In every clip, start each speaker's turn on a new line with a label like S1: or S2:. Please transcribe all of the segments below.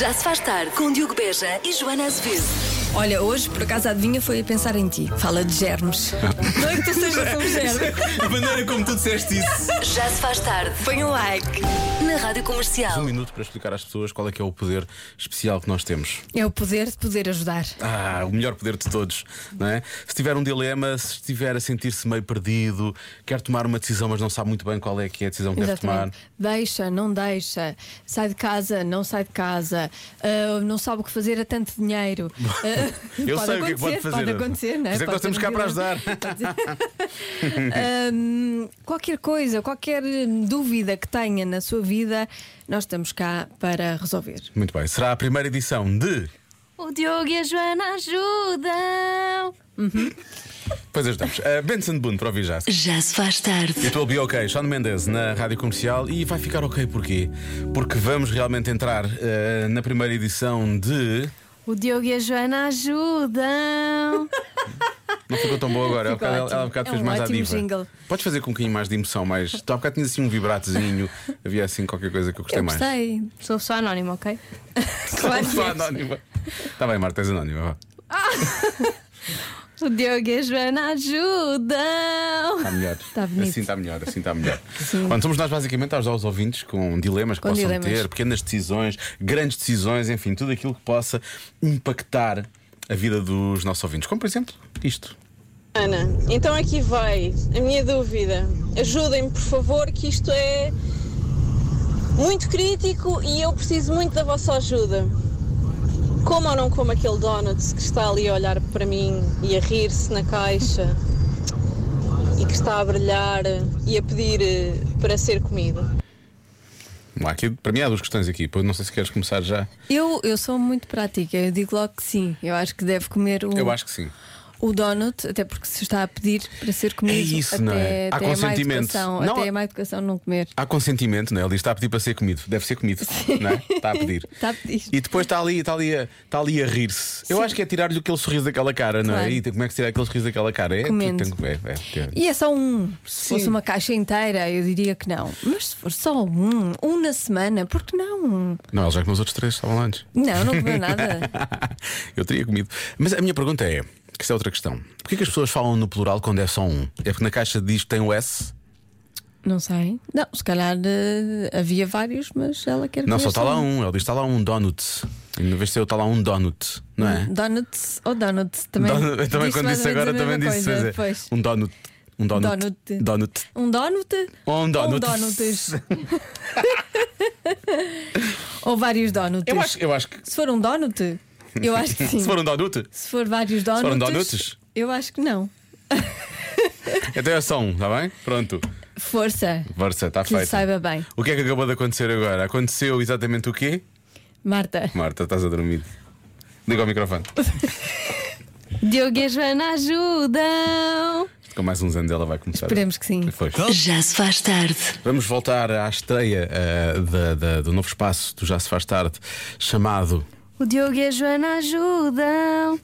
S1: Já se faz tarde com Diogo Beja e Joana Azevedo.
S2: Olha, hoje, por acaso, a adivinha foi a pensar em ti. Fala de germes. Não é que tu sejas um germe.
S3: A maneira como tu disseste isso.
S1: Já se faz tarde
S2: Põe um like.
S1: na Rádio
S3: Um
S1: Comercial.
S3: minuto para explicar às pessoas qual é que é o poder especial que nós temos.
S2: É o poder de poder ajudar.
S3: Ah, o melhor poder de todos, não é? Se tiver um dilema, se estiver a sentir-se meio perdido, quer tomar uma decisão, mas não sabe muito bem qual é que é a decisão que deve tomar.
S2: Deixa, não deixa. Sai de casa, não sai de casa. Ah, não sabe o que fazer a tanto dinheiro. Ah,
S3: Eu
S2: pode acontecer,
S3: sei o que é que pode fazer.
S2: Pode acontecer, não é?
S3: Por isso é que
S2: Pode
S3: nós temos
S2: ter
S3: cá
S2: um
S3: para
S2: dilema.
S3: ajudar.
S2: Pode ser. Hum, qualquer coisa, qualquer hum, dúvida que tenha na sua vida, nós estamos cá para resolver.
S3: Muito bem, será a primeira edição de.
S4: O Diogo e a Joana ajudam.
S3: Pois ajudamos. Ah, Benson Boone para ouvir já.
S1: Já se faz tarde.
S3: It will be ok, Sean Mendes na rádio comercial e vai ficar ok porquê? Porque vamos realmente entrar ah, na primeira edição de.
S4: O Diogo e a Joana ajudam.
S3: Não ficou tão boa agora. Há
S2: Ficou
S3: bocado-
S2: ótimo.
S3: ela há bocado
S2: É
S3: fez
S2: um
S3: mais à
S2: ótimo
S3: diva.
S2: jingle.
S3: Podes fazer com um bocadinho mais de emoção, mas tu há bocado tinhas assim um vibratozinho, havia assim qualquer coisa que eu gostei
S2: Eu
S3: mais.
S2: gostei.
S4: Sou só anónima, ok?
S3: Só anónima. Está bem, Marta, és anónima. vá.
S4: O Diogo e a Joana ajudam.
S3: Está Tá melhor.
S2: Tá bonito.
S3: Assim está melhor, assim está melhor. Pronto, somos nós basicamente a ajudar os ouvintes com dilemas que
S2: Com
S3: possam
S2: dilemas.
S3: ter, pequenas decisões, grandes decisões, enfim, tudo aquilo que possa impactar a vida dos nossos ouvintes. Como por exemplo, isto.
S5: Ana, então aqui vai a minha dúvida. Ajudem-me, por favor, que isto é muito crítico e eu preciso muito da vossa ajuda. Como ou não como aquele donuts que está ali a olhar para mim e a rir-se na caixa e que está a brilhar e a pedir eh, para ser comido?
S3: Vamos lá, Aqui, para mim há duas questões aqui, pois não sei se queres começar já.
S2: Eu, eu sou muito prática, eu digo logo que sim. Eu acho que deve comer o,
S3: Eu acho que sim.
S2: o donut, até porque se está a pedir para ser comido.
S3: É isso,
S2: até,
S3: não é? Há
S2: até é má
S3: consentimento.
S2: educação,
S3: Não,
S2: até
S3: há-
S2: é má educação não comer.
S3: Há consentimento, não é? Ele diz, está a pedir para ser comido, deve ser comido, não é? Está a pedir.
S2: Está a pedir.
S3: E depois está ali, está ali, a- está ali a rir-se. Eu acho que é tirar-lhe aquele sorriso daquela cara, não é?
S2: Claro.
S3: E tem- como é que se tira aquele sorriso daquela cara? É,
S2: Comendo.
S3: tem que ver. É, tem-
S2: E é só um. Se
S3: Sim.
S2: fosse uma caixa inteira, eu diria que não. Mas se for só um, um na semana, por que não?
S3: Não, ele já comeu os outros três, estavam lá antes.
S2: Não, não comeu nada.
S3: Eu teria comido. Mas a minha pergunta é: que isso é outra questão. Porquê que as pessoas falam no plural quando é só um? É porque na caixa diz que tem o S?
S2: Não sei. Não, se calhar eh, havia vários, mas ela quer
S3: Não,
S2: comer
S3: só está lá um. Ele diz está lá um donut. E Em vez de ser eu, está lá um donut, não é?
S2: Donuts ou donuts também.
S3: Don- Um eu também
S2: Diz
S3: quando
S2: mais
S3: disse
S2: ou menos
S3: agora
S2: a
S3: também
S2: mesma
S3: disse
S2: coisa,
S3: mas é
S2: pois.
S3: um donut. Um donut.
S2: Donut.
S3: Donut.
S2: Um donut?
S3: Ou um donut.
S2: donuts. ou vários donuts.
S3: Eu acho, eu acho que.
S2: Se for um donut, eu acho que sim.
S3: Se for um donut,
S2: Se for vários donuts.
S3: for um donuts?
S2: Eu acho que não.
S3: então é só um, está bem? Pronto.
S2: Força,
S3: Força, está
S2: que lhe
S3: feito.
S2: saiba bem.
S3: O que é que acabou de acontecer agora? Aconteceu exatamente o quê?
S2: Marta,
S3: Marta, estás a dormir. Liga o microfone.
S4: Diogo e a Joana ajudam.
S3: Com mais uns anos ela vai começar.
S2: esperemos que sim.
S3: Foi.
S1: Já se faz tarde.
S3: Vamos voltar à estreia eh, da- da- do novo espaço do Já Se Faz Tarde, chamado.
S4: O Diogo e a Joana ajudam.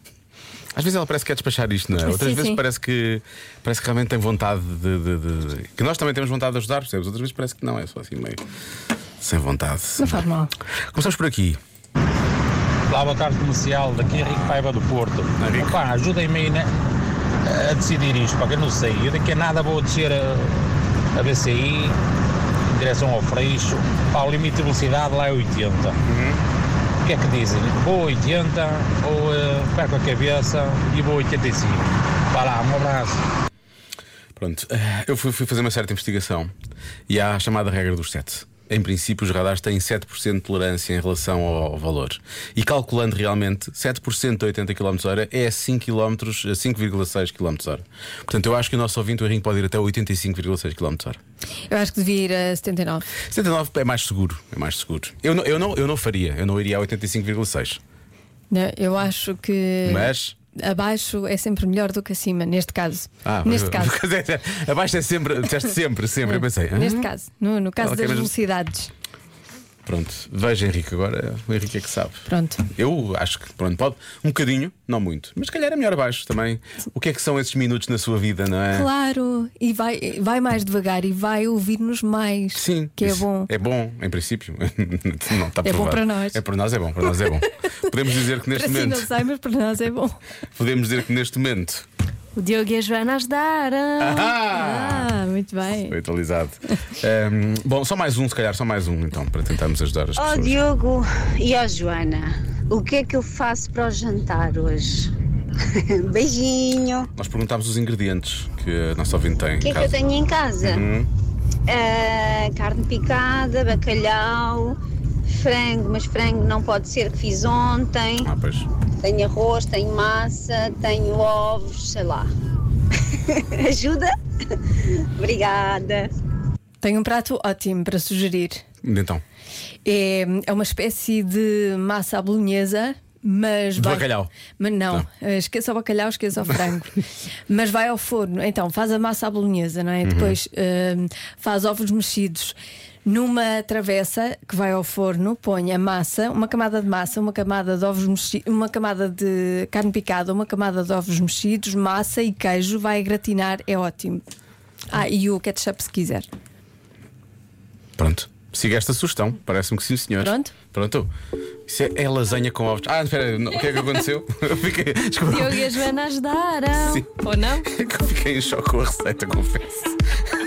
S3: Às vezes ela parece que quer despachar isto, não é? Outras
S2: Sim,
S3: vezes
S2: sim.
S3: parece que parece que realmente tem vontade de, de- de- de- Que nós também temos vontade de ajudar, percebes? Outras vezes parece que não, é só assim meio. Sem vontade.
S2: Não faz mal.
S3: Começamos por aqui.
S6: Lá boa tarde comercial, daqui Henrique Paiva do Porto.
S3: Henrique.
S6: Opa, ajudem-me aí né, a decidir isto, pá, que eu não sei. Eu daqui a nada vou descer a, a BCI, em direção ao Freixo, pá, o limite de velocidade lá é 80. O que é que dizem? Vou 80 ou eh, perco a cabeça e vou 85. Vá lá, um abraço.
S3: Pronto, eh, eu fui, fui fazer uma certa investigação e há a chamada regra dos 7. Em princípio, os radares têm 7% de tolerância em relação ao valor. E calculando realmente, 7% de 80 km/h é 5 km, eh, 5,6 km/h. Portanto, eu acho que o nosso ouvinte, o Henrique, pode ir até 85,6 km/h.
S2: Eu acho que devia ir a 79.
S3: 79 é mais seguro, é mais seguro. Eu não, eu não, eu não faria, eu não iria a 85,6.
S2: Não, Né? Eu acho que.
S3: Mas.
S2: Abaixo é sempre melhor do que acima, neste caso. neste
S3: mas-
S2: caso.
S3: abaixo é sempre, disseste sempre, sempre. Eu pensei.
S2: Neste
S3: "Hum?"
S2: caso, no, no caso
S3: Ok,
S2: das
S3: mas-
S2: velocidades.
S3: Pronto, veja Henrique agora, o Henrique é que sabe.
S2: Pronto.
S3: Eu acho que pronto, pode um bocadinho, não muito, mas se calhar é melhor abaixo também. O que é que são esses minutos na sua vida, não é?
S2: Claro, e vai, vai mais devagar e vai ouvir-nos mais.
S3: Sim,
S2: Que é
S3: isso
S2: bom.
S3: É bom, em princípio. não, está
S2: É bom
S3: provado.
S2: para nós.
S3: É para nós, é bom, para nós é bom. Podemos dizer que neste
S2: Para si
S3: momento.
S2: não sei, mas para nós é bom.
S3: Podemos dizer que neste momento.
S4: O Diogo e a Joana ajudaram.
S3: Ah!
S2: Ah, muito bem.
S3: Foi atualizado. Ahm, bom, só mais um, se calhar, só mais um, então, para tentarmos ajudar as
S7: Ó
S3: pessoas.
S7: Oh, Diogo e ó Joana, o que é que eu faço para o jantar hoje? Beijinho.
S3: Nós perguntámos os ingredientes que a nossa ouvinte tem. em
S7: O que é que eu
S3: casa.
S7: tenho em casa? Ah, carne picada, bacalhau, frango, mas frango não pode ser que fiz ontem.
S3: Ah, pois.
S7: Tenho arroz, tenho massa, tenho ovos, sei lá. Ajuda? Obrigada.
S2: Tenho um prato ótimo para sugerir.
S3: Então,
S2: É, é uma espécie de massa à bolonhesa, mas.
S3: De
S2: vai-
S3: bacalhau.
S2: Mas não,
S3: Não.
S2: eh, esqueça o bacalhau, esqueça o frango. mas vai ao forno. Então, faz a massa à bolonhesa,
S3: Uhum.
S2: não é? Depois eh, faz ovos mexidos. Numa travessa que vai ao forno, põe a massa, uma camada de massa, uma camada de ovos mexidos, uma camada de carne picada, uma camada de ovos mexidos, massa e queijo, vai gratinar, é ótimo. Ah, e o ketchup se quiser.
S3: pronto. Siga esta sugestão, parece-me que sim, senhor.
S2: Pronto.
S3: Pronto. Isso é, é lasanha com ovos. Ah, espera, não, o que é que aconteceu? Eu fiquei. Desculpa.
S4: Diogo e a Joana ajudaram.
S3: Sim.
S2: Ou não?
S3: É que eu fiquei em choque com a receita, confesso.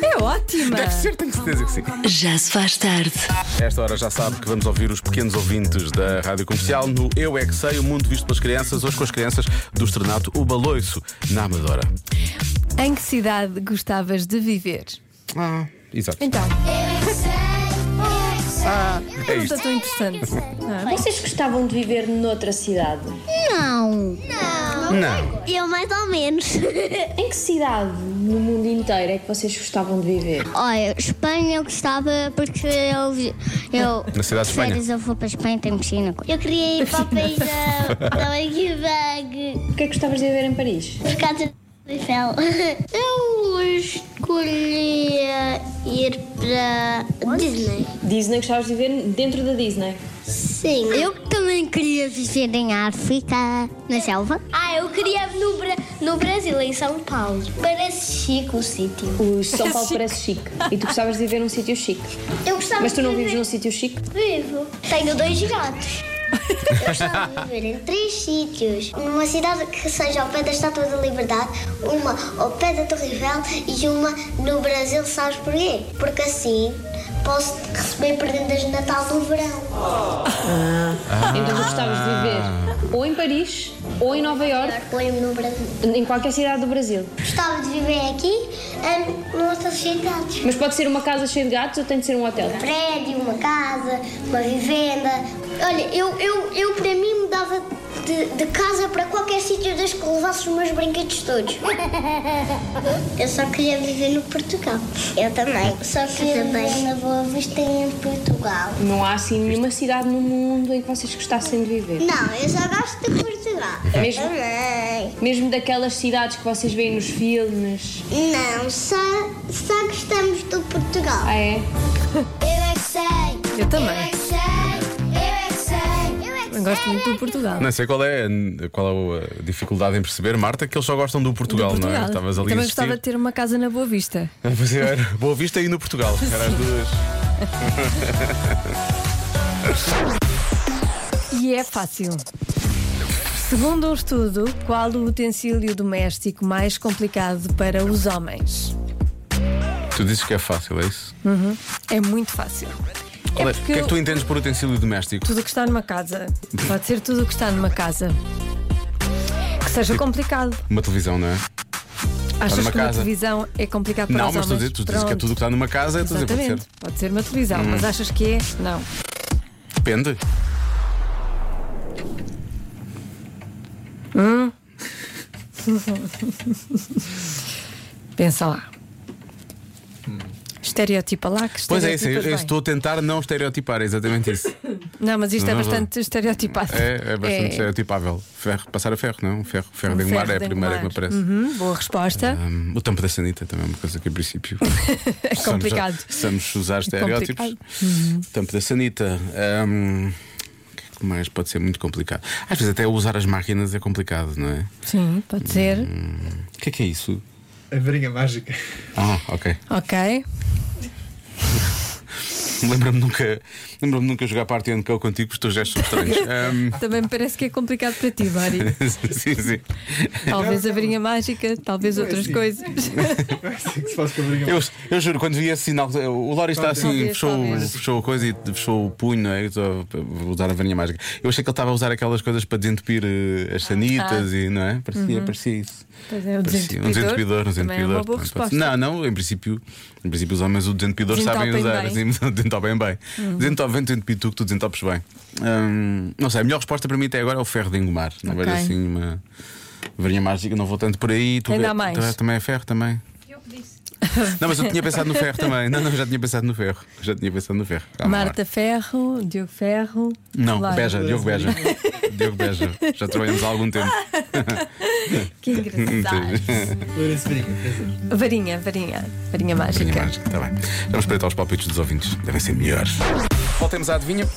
S2: É ótima!
S3: Deve ser, tenho certeza que sim.
S1: Já se faz tarde.
S3: A Esta hora já sabe que vamos ouvir os pequenos ouvintes da Rádio Comercial no Eu É Que Sei, o mundo visto pelas crianças, hoje com as crianças do estrenato O Baloiço, na Amadora.
S2: Em que cidade gostavas de viver?
S3: Ah, exato.
S2: Então,
S3: Ah, é
S2: está
S3: isto.
S2: tão interessante.
S8: Vocês gostavam de viver noutra cidade?
S9: Não,
S2: é.
S3: Não.
S9: eu mais ou menos.
S8: Em que cidade no mundo inteiro é que vocês gostavam de viver?
S9: Olha, Espanha eu gostava porque eu. vi- eu
S3: Na cidade de Espanha?
S9: Férias eu vou para a Espanha, tem piscina. Eu queria ir para o país da, da Big Bang
S8: O que é que gostavas de viver em Paris?
S9: por causa do Eiffel. Eu escolhia ir para Disney.
S8: Disney, gostavas de viver dentro da Disney.
S9: Sim. Eu também queria viver em África, na selva. Ah, eu queria no, no Brasil, em São Paulo. Parece chique o sítio.
S8: O São Paulo parece chique. E tu gostavas de viver num sítio chique.
S9: Eu gostava
S8: Mas tu não
S9: de
S8: vives
S9: viver-
S8: num sítio chique?
S9: Vivo. Tenho dois gatos. Eu gostava de viver em três sítios. Uma cidade que seja ao pé da Estátua da Liberdade, uma ao pé da Torre Eiffel e uma no Brasil, sabes porquê? Porque assim posso receber prendas de Natal no verão.
S8: Então tu gostavas de viver ou em Paris, ou em Nova Iorque,
S9: Lembro no Brasil.
S8: em qualquer cidade do Brasil.
S9: Gostava de viver aqui em outras cidades.
S8: Mas pode ser uma casa cheia de gatos ou tem de ser um hotel?
S9: prédio, uma casa, uma vivenda. Olha, eu, eu, eu para mim mudava de, de casa para qualquer sítio desde que levasse os meus brinquedos todos. eu só queria viver no Portugal. Eu também. Só queria viver na Boa Vista em Portugal.
S8: Não há assim nenhuma cidade no mundo em que vocês gostassem de viver.
S9: Não, eu só gosto de Portugal.
S8: É mesmo?
S9: Também.
S8: Mesmo daquelas cidades que vocês veem nos filmes.
S9: Não, só, só gostamos do Portugal.
S8: Ah, é?
S9: Eu é que sei. é
S2: Eu também.
S9: que sei. Eu é que sei. Eu é que
S2: Gosto muito do Portugal.
S3: Não sei qual é, qual é a dificuldade em perceber, Marta, que eles só gostam do Portugal,
S2: Do
S3: não é?
S2: Portugal.
S3: Estavas ali
S2: também
S3: a
S2: gostava de
S3: assistir.
S2: ter uma casa na Boa Vista.
S3: Pois é, era Boa Vista e no Portugal. Era as duas.
S2: E é fácil. Segundo um estudo, qual o utensílio doméstico mais complicado para os homens?
S3: Tu dizes que é fácil, é isso?
S2: É muito fácil.
S3: Qual é- o
S2: porque
S3: que é que tu
S2: eu-
S3: entendes por utensílio doméstico?
S2: Tudo o que está numa casa. Pode ser tudo o que está numa casa. Que seja complicado.
S3: Uma televisão, não é?
S2: Achas
S3: numa
S2: que uma
S3: casa.
S2: televisão é complicado para
S3: não,
S2: os
S3: mas
S2: homens?
S3: tu dizes, tu dizes que é
S2: Pronto.
S3: tudo o que está numa casa, eu estou a dizer, pode
S2: Exatamente.
S3: ser. Hum.
S2: Pode ser uma televisão, mas achas que é? Não.
S3: Depende.
S2: Pensa lá. Estereotipa lá que
S3: Pois é,
S2: estereotipas
S3: isso, eu
S2: bem.
S3: estou a tentar não estereotipar, é exatamente isso.
S2: Não, mas isto é
S3: Não, não.
S2: bastante estereotipado.
S3: É, é bastante estereotipável. Ferro, passar a ferro, não? Ferro, ferro de engomar é a primeira que me aparece.
S2: um Uhum, boa resposta.
S3: Hum, o tampo da sanita também é uma coisa que, em princípio,
S2: é complicado.
S3: Estamos a usar estereótipos. Uhum. Tampo da sanita. hum, o que é que mais pode ser muito complicado. Às vezes, até usar as máquinas é complicado, não é?
S2: Sim, pode ser.
S3: O que é que é isso?
S10: A varinha mágica.
S3: Ah, ok.
S2: Ok.
S3: Lembra-me nunca, lembra nunca jogar Party and Co contigo, porque os teus gestos são estranhos. Hum,
S2: Também me parece que é complicado para ti, Mari.
S3: sim, sim.
S2: Talvez a varinha mágica, talvez outras coisas.
S10: Não é assim que se faz com a varinha
S3: Eu, eu juro, quando vi esse sinal, o Lori está assim,
S2: Talvez,
S3: fechou,
S2: talvez.
S3: fechou a coisa e fechou o punho, não é? Estou a usar a varinha mágica. Eu achei que ele estava a usar aquelas coisas para desentupir eh, as sanitas e não é? Parecia, parecia isso.
S2: Ah. Uhum. Pois é, o
S3: Parecia-
S2: desentupidor.
S3: Um desentupidor, um
S2: Também é
S3: desentupidor.
S2: uma boa
S3: Também pode
S2: resposta.
S3: ser. Não, não, em princípio, em princípio os homens o desentupidor sabem
S2: Desentopem
S3: usar,
S2: bem. Uhum.
S3: assim, desentopem bem. Desentopem, desentupi tu que tu desentopes bem. Hum, não sei, a melhor resposta para mim até agora é o ferro de engomar. Não
S2: Ok.
S3: vejo assim uma varinha mágica, não vou tanto por aí. Tu
S2: Ainda
S3: tu-
S2: mais.
S3: Também é ferro, também. Não, mas eu tinha pensado no ferro também. Não, não, já tinha pensado no ferro. Já tinha pensado no ferro. Calma lá.
S2: Marta Ferro, Diogo Ferro.
S3: Não,
S2: Lara.
S3: Beja, Diogo Beja. Diogo Beja. Já trabalhamos há algum tempo.
S2: Ah, Que engraçado.
S10: Lourenço Varinha, quer dizer.
S2: varinha, varinha. Varinha
S3: Tinha
S2: mágica.
S3: mágica, está tá bem. Vamos espreitar os palpites dos ouvintes. Devem ser melhores. É Voltemos à adivinha.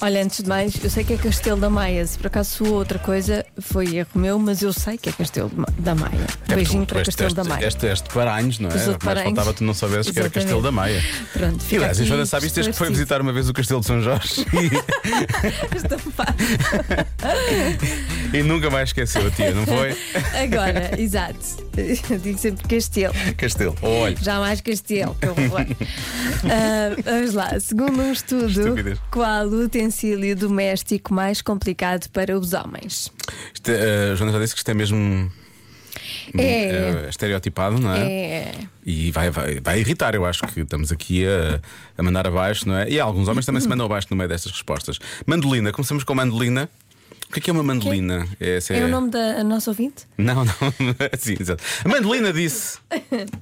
S2: Olha, antes de mais, eu sei que é Castelo da Maia. Se por acaso soou outra coisa, foi erro meu, mas eu sei que é Castelo de Ma- da Maia.
S3: É
S2: Beijinho para Castelo da Maia.
S3: Este teste de Paranhos, não é?
S2: Eu sou de
S3: O que mais
S2: Paranhos.
S3: faltava tu não soubesses que era
S2: Exatamente.
S3: Castelo da Maia.
S2: Pronto,
S3: E
S2: fica
S3: aliás, a
S2: aqui
S3: Joana sabe isto desde que foi
S2: esclarecido.
S3: visitar uma vez o Castelo de São Jorge e, e nunca mais esqueceu a tia, não foi?
S2: Agora, exato. Eu Digo sempre Castelo.
S3: Castelo. Olha.
S2: Jamais Castelo, que horror. Ah, vamos lá. Segundo um estudo,
S3: Estupidez.
S2: qual o utensílio doméstico mais complicado para os homens?
S3: Isto, eh, a Joana já disse que isto é mesmo
S2: É.
S3: eh, estereotipado, não é?
S2: É.
S3: E vai, vai, vai irritar, eu acho que estamos aqui a, a mandar abaixo, não é? E alguns homens também se mandam abaixo no meio destas respostas. Mandolina, começamos com mandolina. O que é que é uma mandolina? Essa
S2: É, o nome da a nossa ouvinte?
S3: Não, não, sim, exato. A mandolina disse.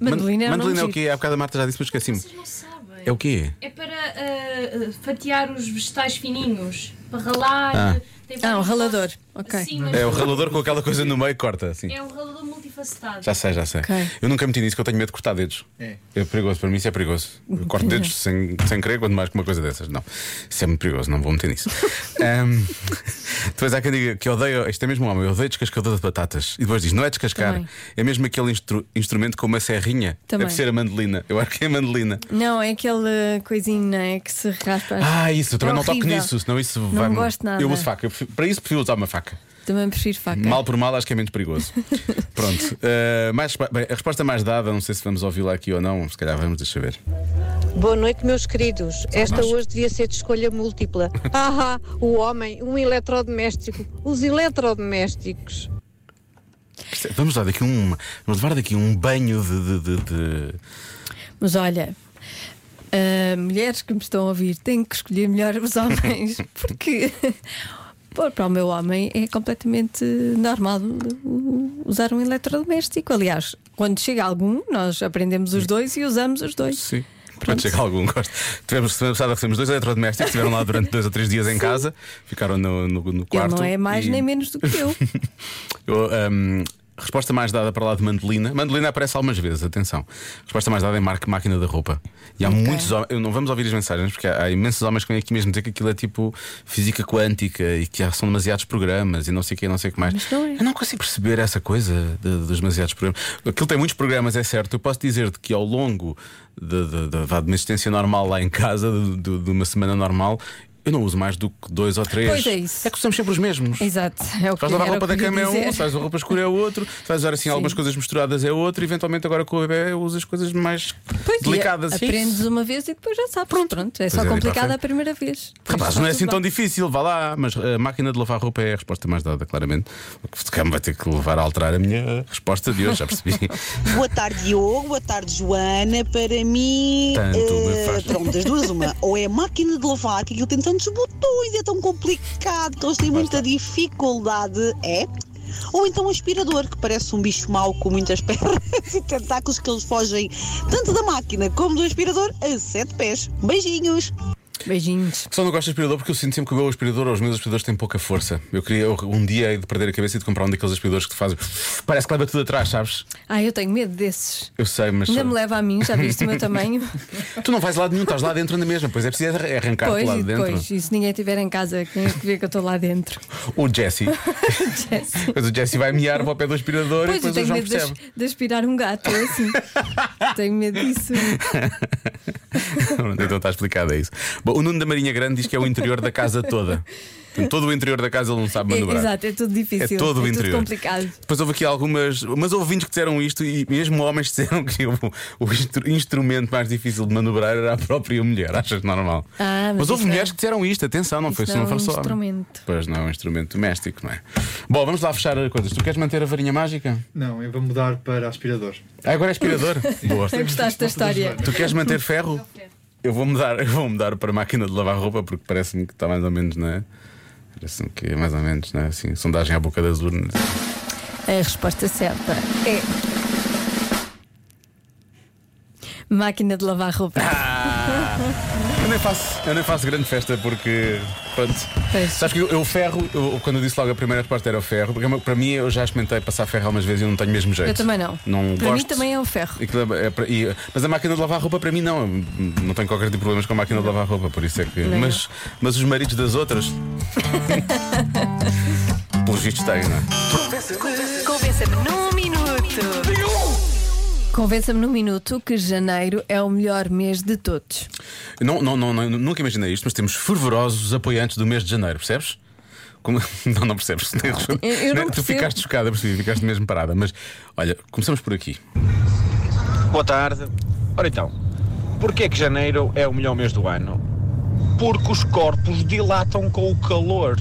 S2: Mandelina é o nome
S3: mandolina é o
S2: giro.
S3: quê? Há bocado a Marta já disse, mas esqueci-me.
S8: Não sabem.
S3: É o quê?
S8: É para ah, ah, fatiar os vegetais fininhos, para ralar.
S3: Ah.
S8: tem
S2: Ah, um
S8: vários
S2: ralador.
S8: modos.
S2: Ok.
S8: Sim, mas
S3: É o ralador com aquela coisa no meio que corta, assim.
S8: é um ralador multifacetado.
S3: Já sei, já sei.
S2: Ok.
S3: Eu nunca meti nisso, que eu tenho medo de cortar dedos.
S10: É.
S3: perigoso, para mim isso é perigoso. Eu corto dedos sem, sem querer, quanto mais com uma coisa dessas. Não, isso é muito perigoso, não vou meter nisso. Ahm, depois há quem diga que odeio, isto é mesmo um homem, eu odeio descascador de batatas. E depois diz, não é descascar,
S2: Também.
S3: é mesmo aquele instru- instrumento com uma serrinha.
S2: Também.
S3: Deve ser a mandelina. Eu acho que é a mandelina.
S2: Não, é aquele coisinho, não é? Que se raspa.
S3: Ah, isso, eu também
S2: É
S3: não toco
S2: horrível.
S3: nisso, senão isso
S2: Não
S3: vai.
S2: gosto nada.
S3: Eu uso faca, eu prefiro- para isso prefiro usar uma faca.
S2: Também prefiro faca.
S3: Mal por mal, acho que é menos perigoso. Pronto. uh, mais, bem, a resposta mais dada, não sei se vamos ouvi-la aqui ou não, se calhar vamos, deixa eu ver.
S5: Boa noite, meus queridos. Esta
S3: nós.
S5: hoje devia ser de escolha múltipla. Haha, o homem, um eletrodoméstico. Os eletrodomésticos.
S3: Vamos dar daqui um. Vamos levar daqui um banho de. de, de, de-
S2: Mas olha, ah, mulheres que me estão a ouvir têm que escolher melhor os homens, porque pô, para o meu homem é completamente normal uh, usar um eletrodoméstico. Aliás, quando chega algum, nós aprendemos os dois e usamos os dois.
S3: Sim. Pode chegar algum gosto. Tivemos semana passada recebemos dois eletrodomésticos, estiveram lá durante dois ou três dias em casa, ficaram no, no, no
S2: Ele
S3: quarto.
S2: não é mais
S3: e-
S2: nem menos do que eu.
S3: Eu, hum, resposta mais dada para lá de Mandelina. Mandelina aparece algumas vezes, atenção. Resposta mais dada é marca máquina da roupa. E há muitos homens. eu Não vamos ouvir as mensagens, porque há, há imensos homens que vêm aqui mesmo dizer que aquilo é tipo física quântica e que há- são demasiados programas e não sei o que, não sei o que mais.
S2: Mas não é.
S3: Eu não consigo perceber essa coisa de- dos demasiados programas. Aquilo tem muitos programas, é certo. Eu posso dizer-te que ao longo de, de, de- vá, de uma existência normal lá em casa, de, de- de uma semana normal. Eu não uso mais do que dois ou três.
S2: Pois é isso.
S3: É que usamos sempre os mesmos.
S2: Exato. É o que
S3: Vais lavar
S2: era
S3: roupa
S2: o que
S3: da
S2: eu ia
S3: cama é um,
S2: dizer.
S3: se vais a roupa escura é outro, se vais usar assim algumas coisas misturadas é outro, e eventualmente agora com o bebê usas as coisas mais
S2: Pois, é, e
S3: delicadas.
S2: Aprendes uma vez e depois já sabes. Pronto, é só
S3: é, daí para
S2: complicado
S3: a frente.
S2: a primeira vez.
S3: Rapaz,
S2: Está
S3: não é
S2: tudo
S3: assim tão
S2: bem.
S3: difícil, vá lá, mas a máquina de lavar roupa é a resposta mais dada, claramente. O que se vai ter que levar a alterar a minha resposta de hoje, já percebi.
S11: Boa tarde, Diogo. Boa tarde, Joana. Para mim,
S3: Tanto me
S11: eh,
S3: faz.
S11: pronto, das duas, uma. Ou é a máquina de lavar, que aquilo tem tantos botões, é tão complicado que eles têm muita dificuldade. É? Ou então um aspirador, que parece um bicho mau com muitas pernas e tentáculos que eles fogem tanto da máquina como do aspirador a sete pés. Beijinhos.
S2: Beijinhos.
S3: Só não gosto de aspirador porque eu sinto sempre que o meu aspirador ou os meus aspiradores têm pouca força. Eu queria eu, um dia hei de perder a cabeça e de comprar um daqueles aspiradores que te fazem. Parece que leva tudo atrás, sabes?
S2: Ah, eu tenho medo desses.
S3: Eu sei, mas.
S2: Ainda me leva a mim, já viste o meu tamanho?
S3: tu não vais lá de nenhum, estás lá dentro ainda mesmo, pois é preciso arran- arrancar-te
S2: pois,
S3: lá de
S2: e
S3: dentro.
S2: depois, e se ninguém estiver em casa, quem é que vê que eu estou lá dentro?
S3: O Jesse.
S2: Jesse.
S3: Mas o Jesse vai miar para o pé do aspirador
S2: Pois,
S3: e
S2: eu
S3: depois o
S2: tenho
S3: João
S2: medo de,
S3: percebe.
S2: as- de aspirar um gato, eu assim. tenho medo disso.
S3: Pronto, então está explicado, é isso. Bom, o Nuno da Marinha Grande diz que é o interior da casa toda. Portanto, Todo o interior da casa ele não
S2: É,
S3: sabe manobrar.
S2: exato, é tudo difícil.
S3: É todo o interior.
S2: complicado.
S3: Depois houve aqui algumas. Mas houve ouvintes que disseram isto e mesmo homens disseram que o, o instru- instrumento mais difícil de manobrar era a própria mulher. Achas normal?
S2: Ah, mas
S3: houve
S2: isso
S3: mulheres que disseram isto, atenção, não foi
S2: isso
S3: isso, não
S2: não é
S3: foi
S2: um
S3: só. homem.
S2: instrumento.
S3: Pois não, é um instrumento doméstico, não é? Bom, vamos lá fechar as coisas. Tu queres manter a varinha mágica?
S10: Não, eu vou mudar para aspirador.
S3: Ah, agora é aspirador. Boa.
S2: Eu gostaste da história.
S3: Tu queres manter ferro? Eu vou mudar, eu vou mudar para máquina de lavar roupa porque parece-me que está mais ou menos na. Parece-me que é mais ou menos, não é? Assim, sondagem à boca das urnas.
S2: É A resposta certa é. Máquina de lavar roupa.
S3: Ah! Eu nem faço, eu nem faço grande festa porque. Pronto.
S2: Pois.
S3: Sabes que eu, eu ferro, eu- quando eu disse logo a primeira resposta era o ferro, porque é para mim eu já experimentei passar ferro algumas vezes e eu não tenho o mesmo jeito.
S2: Eu também não.
S3: Não
S2: Para mim
S3: gosto.
S2: também é o ferro.
S3: Aquilo é- é para- e- mas a máquina de lavar roupa para mim não, eu não tenho qualquer tipo de problemas com a máquina de lavar roupa, por isso é que.
S2: Nem
S3: Mas, mas os maridos das outras. Pelos vistos têm, não é?
S1: Convença-me num minuto.
S2: Convença-me num minuto que janeiro é o melhor mês de todos.
S3: Não, não, não, não- nunca imaginei isto, mas temos fervorosos apoiantes do mês de janeiro, percebes? Como- Não, não percebes.
S2: eu não
S3: tu
S2: percebo.
S3: ficaste chocada, percebi, ficaste mesmo parada. Mas olha, começamos por aqui.
S12: Boa tarde. Ora então, porquê é que janeiro é o melhor mês do ano? Porque os corpos dilatam com o calor.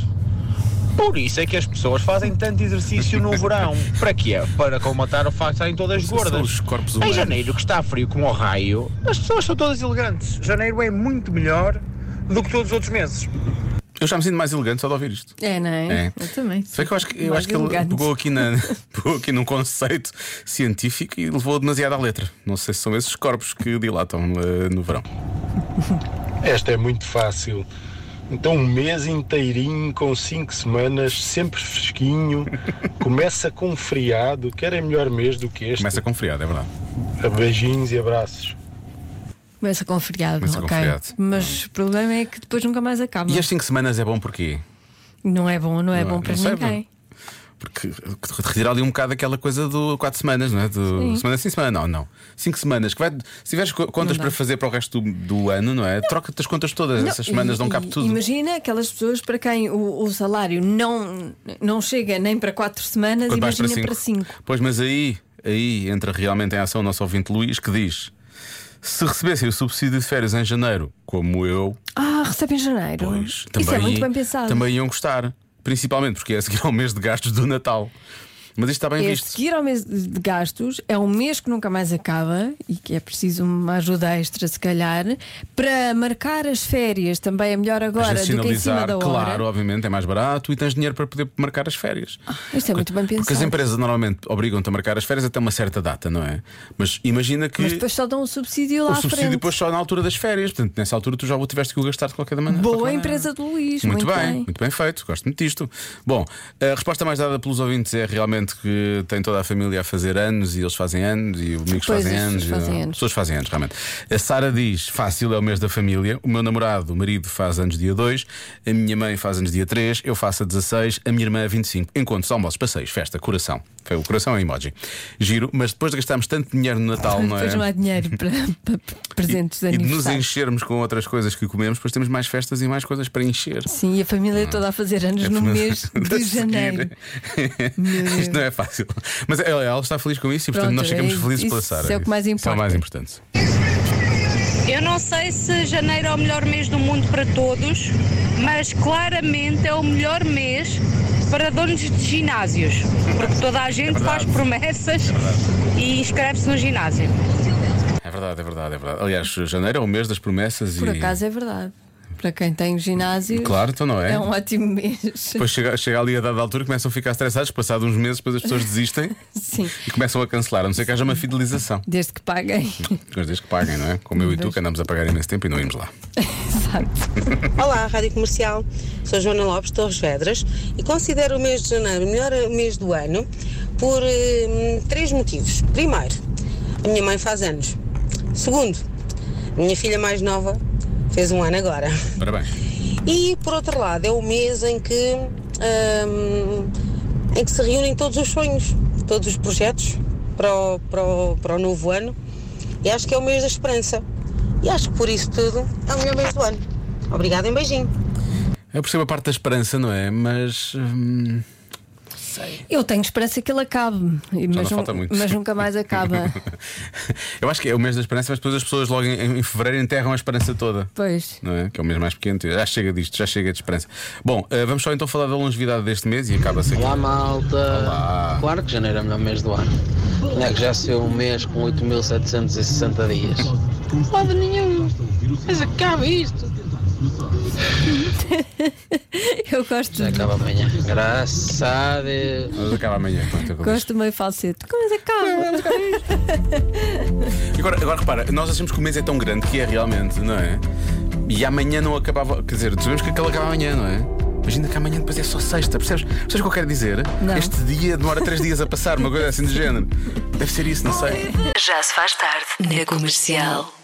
S12: Por isso é que as pessoas fazem tanto exercício no verão. Para quê? Para combatar o facto de estarem todas
S3: São
S12: gordas.
S3: os corpos
S12: Em
S3: humanos.
S12: janeiro, que está frio como o raio, as pessoas são todas elegantes. Janeiro é muito melhor do que todos os outros meses.
S3: Eu já me sinto mais elegante só de ouvir isto.
S2: É, não é?
S3: É.
S2: Eu também.
S3: Só que eu acho que, eu
S2: Mais
S3: acho que ele
S2: elegante.
S3: pegou aqui, na, pegou aqui num conceito científico e levou demasiado à letra. Não sei se são esses corpos que dilatam eh, no verão.
S13: Esta é muito fácil. Então, um mês inteirinho, com cinco semanas, sempre fresquinho, começa com um friado, que era melhor mês do que este.
S3: Começa com friado, é verdade.
S13: Beijinhos e abraços.
S2: Começa com feriado,
S3: Começa com
S2: ok.
S3: feriado.
S2: Mas o problema é que depois nunca mais acaba.
S3: E as 5 semanas é bom porquê?
S2: Não é bom, não é
S3: Não,
S2: bom para
S3: não sei,
S2: ninguém.
S3: Porque eh, retirar ali um bocado aquela coisa do 4 semanas, não é? Do
S2: Sim.
S3: Semana sim, semana não, não. 5 semanas. Que vai, se tiveres co- contas
S2: dá.
S3: para fazer para o resto do, do ano, não é? Troca-te as contas todas,
S2: Não,
S3: essas semanas
S2: e-
S3: dão cabo
S2: e-
S3: de tudo.
S2: Imagina aquelas pessoas para quem o, o salário não, não chega nem para quatro semanas,
S3: Quando vais
S2: imagina
S3: para
S2: é para
S3: cinco.
S2: cinco.
S3: Pois, mas aí, aí entra realmente em ação o nosso ouvinte Luís que diz: se recebessem o subsídio de férias em janeiro, como eu,
S2: Ah, recebe em janeiro.
S3: também,
S2: Isso é muito bem pensado.
S3: também iam gostar. Principalmente porque é a seguir ao mês de gastos do Natal. Mas isto está bem
S2: é a
S3: visto.
S2: seguir ao mês de gastos, é um mês que nunca mais acaba e que é preciso uma ajuda extra, se calhar. Para marcar as férias também é melhor agora
S3: Tens de
S2: do que em cima
S3: sinalizar,
S2: da hora.
S3: claro, obviamente, é mais barato e tens dinheiro para poder marcar as férias.
S2: Isto é muito bem
S3: Porque as
S2: pensado.
S3: empresas normalmente obrigam-te a marcar as férias até uma certa data, não é? Mas imagina que
S2: Mas depois só dão um subsídio lá
S3: o
S2: à
S3: subsídio
S2: frente.
S3: depois só na altura das férias. Portanto, nessa altura tu já o tiveste que o gastar de qualquer maneira. é. de
S2: Boa
S3: qualquer
S2: empresa de Luís,
S3: Muito,
S2: muito,
S3: bem, muito bem feito, gosto muito disto. Bom, a resposta mais dada pelos ouvintes é realmente que tem toda a família a fazer anos e eles fazem anos e os amigos
S2: Pois,
S3: fazem
S2: as
S3: anos.
S2: pessoas fazem
S3: e-
S2: anos.
S3: As pessoas fazem anos, realmente. A Sara diz: fácil é o mês da família. O meu namorado, o marido, faz anos dia 2, a minha mãe faz anos dia 3, eu faço a 16, a minha irmã a 25. Encontros, almoços, passeios, festa, coração. Foi o coração é um emoji. Giro, mas depois de gastarmos tanto dinheiro no Natal, não é?
S2: Depois não há dinheiro para, para presentes de
S3: E de nos
S2: aniversário.
S3: enchermos com outras coisas que comemos, depois temos mais festas e mais coisas para encher.
S2: Sim, e a família toda a fazer anos no mês
S3: Ah. A
S2: de
S3: É seguir.
S2: janeiro.
S3: Isto não é fácil. Mas ela, ela está feliz com isso e, portanto,
S2: Pronto,
S3: nós ficamos
S2: é-
S3: felizes pela
S2: isso
S3: Sara.
S2: é o que mais
S3: Isso é o
S2: importa.
S3: mais importante.
S14: Eu não sei se janeiro é o melhor mês do mundo para todos, mas claramente é o melhor mês para donos de ginásios, porque toda a gente faz promessas e inscreve-se no ginásio.
S3: É verdade, é verdade, é verdade. Aliás, janeiro é o mês das promessas
S2: Por
S3: e.
S2: acaso é verdade. para quem tem ginásio.
S3: Claro, então não é?
S2: É um ótimo mês.
S3: Depois chega, chega ali a dada altura, começam a ficar estressados. Passado uns meses, depois as pessoas desistem
S2: Sim,
S3: e começam a cancelar, a não ser que haja uma fidelização.
S2: desde que paguem.
S3: Mas desde que paguem, não é? Como eu e tu, que andamos a pagar imenso tempo e não íamos lá.
S15: Olá, Rádio Comercial. Sou Joana Lopes Torres Vedras e considero o mês de janeiro o melhor mês do ano por hum, três motivos. Primeiro, a minha mãe faz anos. Segundo, a minha filha mais nova fez um ano agora.
S3: Parabéns.
S15: E por outro lado, é o mês em que, hum, em que se reúnem todos os sonhos, todos os projetos para o, para, o, para o novo ano. E acho que é o mês da esperança. E acho que por isso tudo é o melhor mês do ano. Obrigada e um beijinho.
S3: Eu percebo a parte da esperança, não é? Mas. hum,
S2: Eu tenho esperança que ele acabe, e-
S3: não
S2: mas, nu-
S3: falta muito.
S2: mas nunca mais acaba.
S3: eu acho que é o mês da esperança, mas depois as pessoas logo em, em fevereiro enterram a esperança toda.
S2: Pois.
S3: Não é? Que é o mês mais pequeno. Já chega disto, já chega de esperança. Bom, eh, vamos só então falar da longevidade deste mês e acaba-se aqui.
S16: Olá malta! Claro que janeiro é o melhor mês do ano. Não é que já saiu um mês com 8.760 dias.
S17: Pode nenhum. Mas acaba isto.
S2: Eu gosto,
S16: Já acaba amanhã. Graças a Deus.
S3: Mas acaba amanhã. pronto, acabou.
S2: gosto meio falsete. Como é que acaba?
S3: Agora, agora repara, nós achamos que o mês é tão grande que é realmente, não é? E amanhã não acabava. Quer dizer, sabemos que aquele acaba amanhã, não é? Imagina que amanhã depois é só sexta, percebes? Percebes o que eu quero dizer? Este dia demora três dias a passar, uma coisa assim do género. Deve ser isso, não sei.
S1: Já se faz tarde na comercial.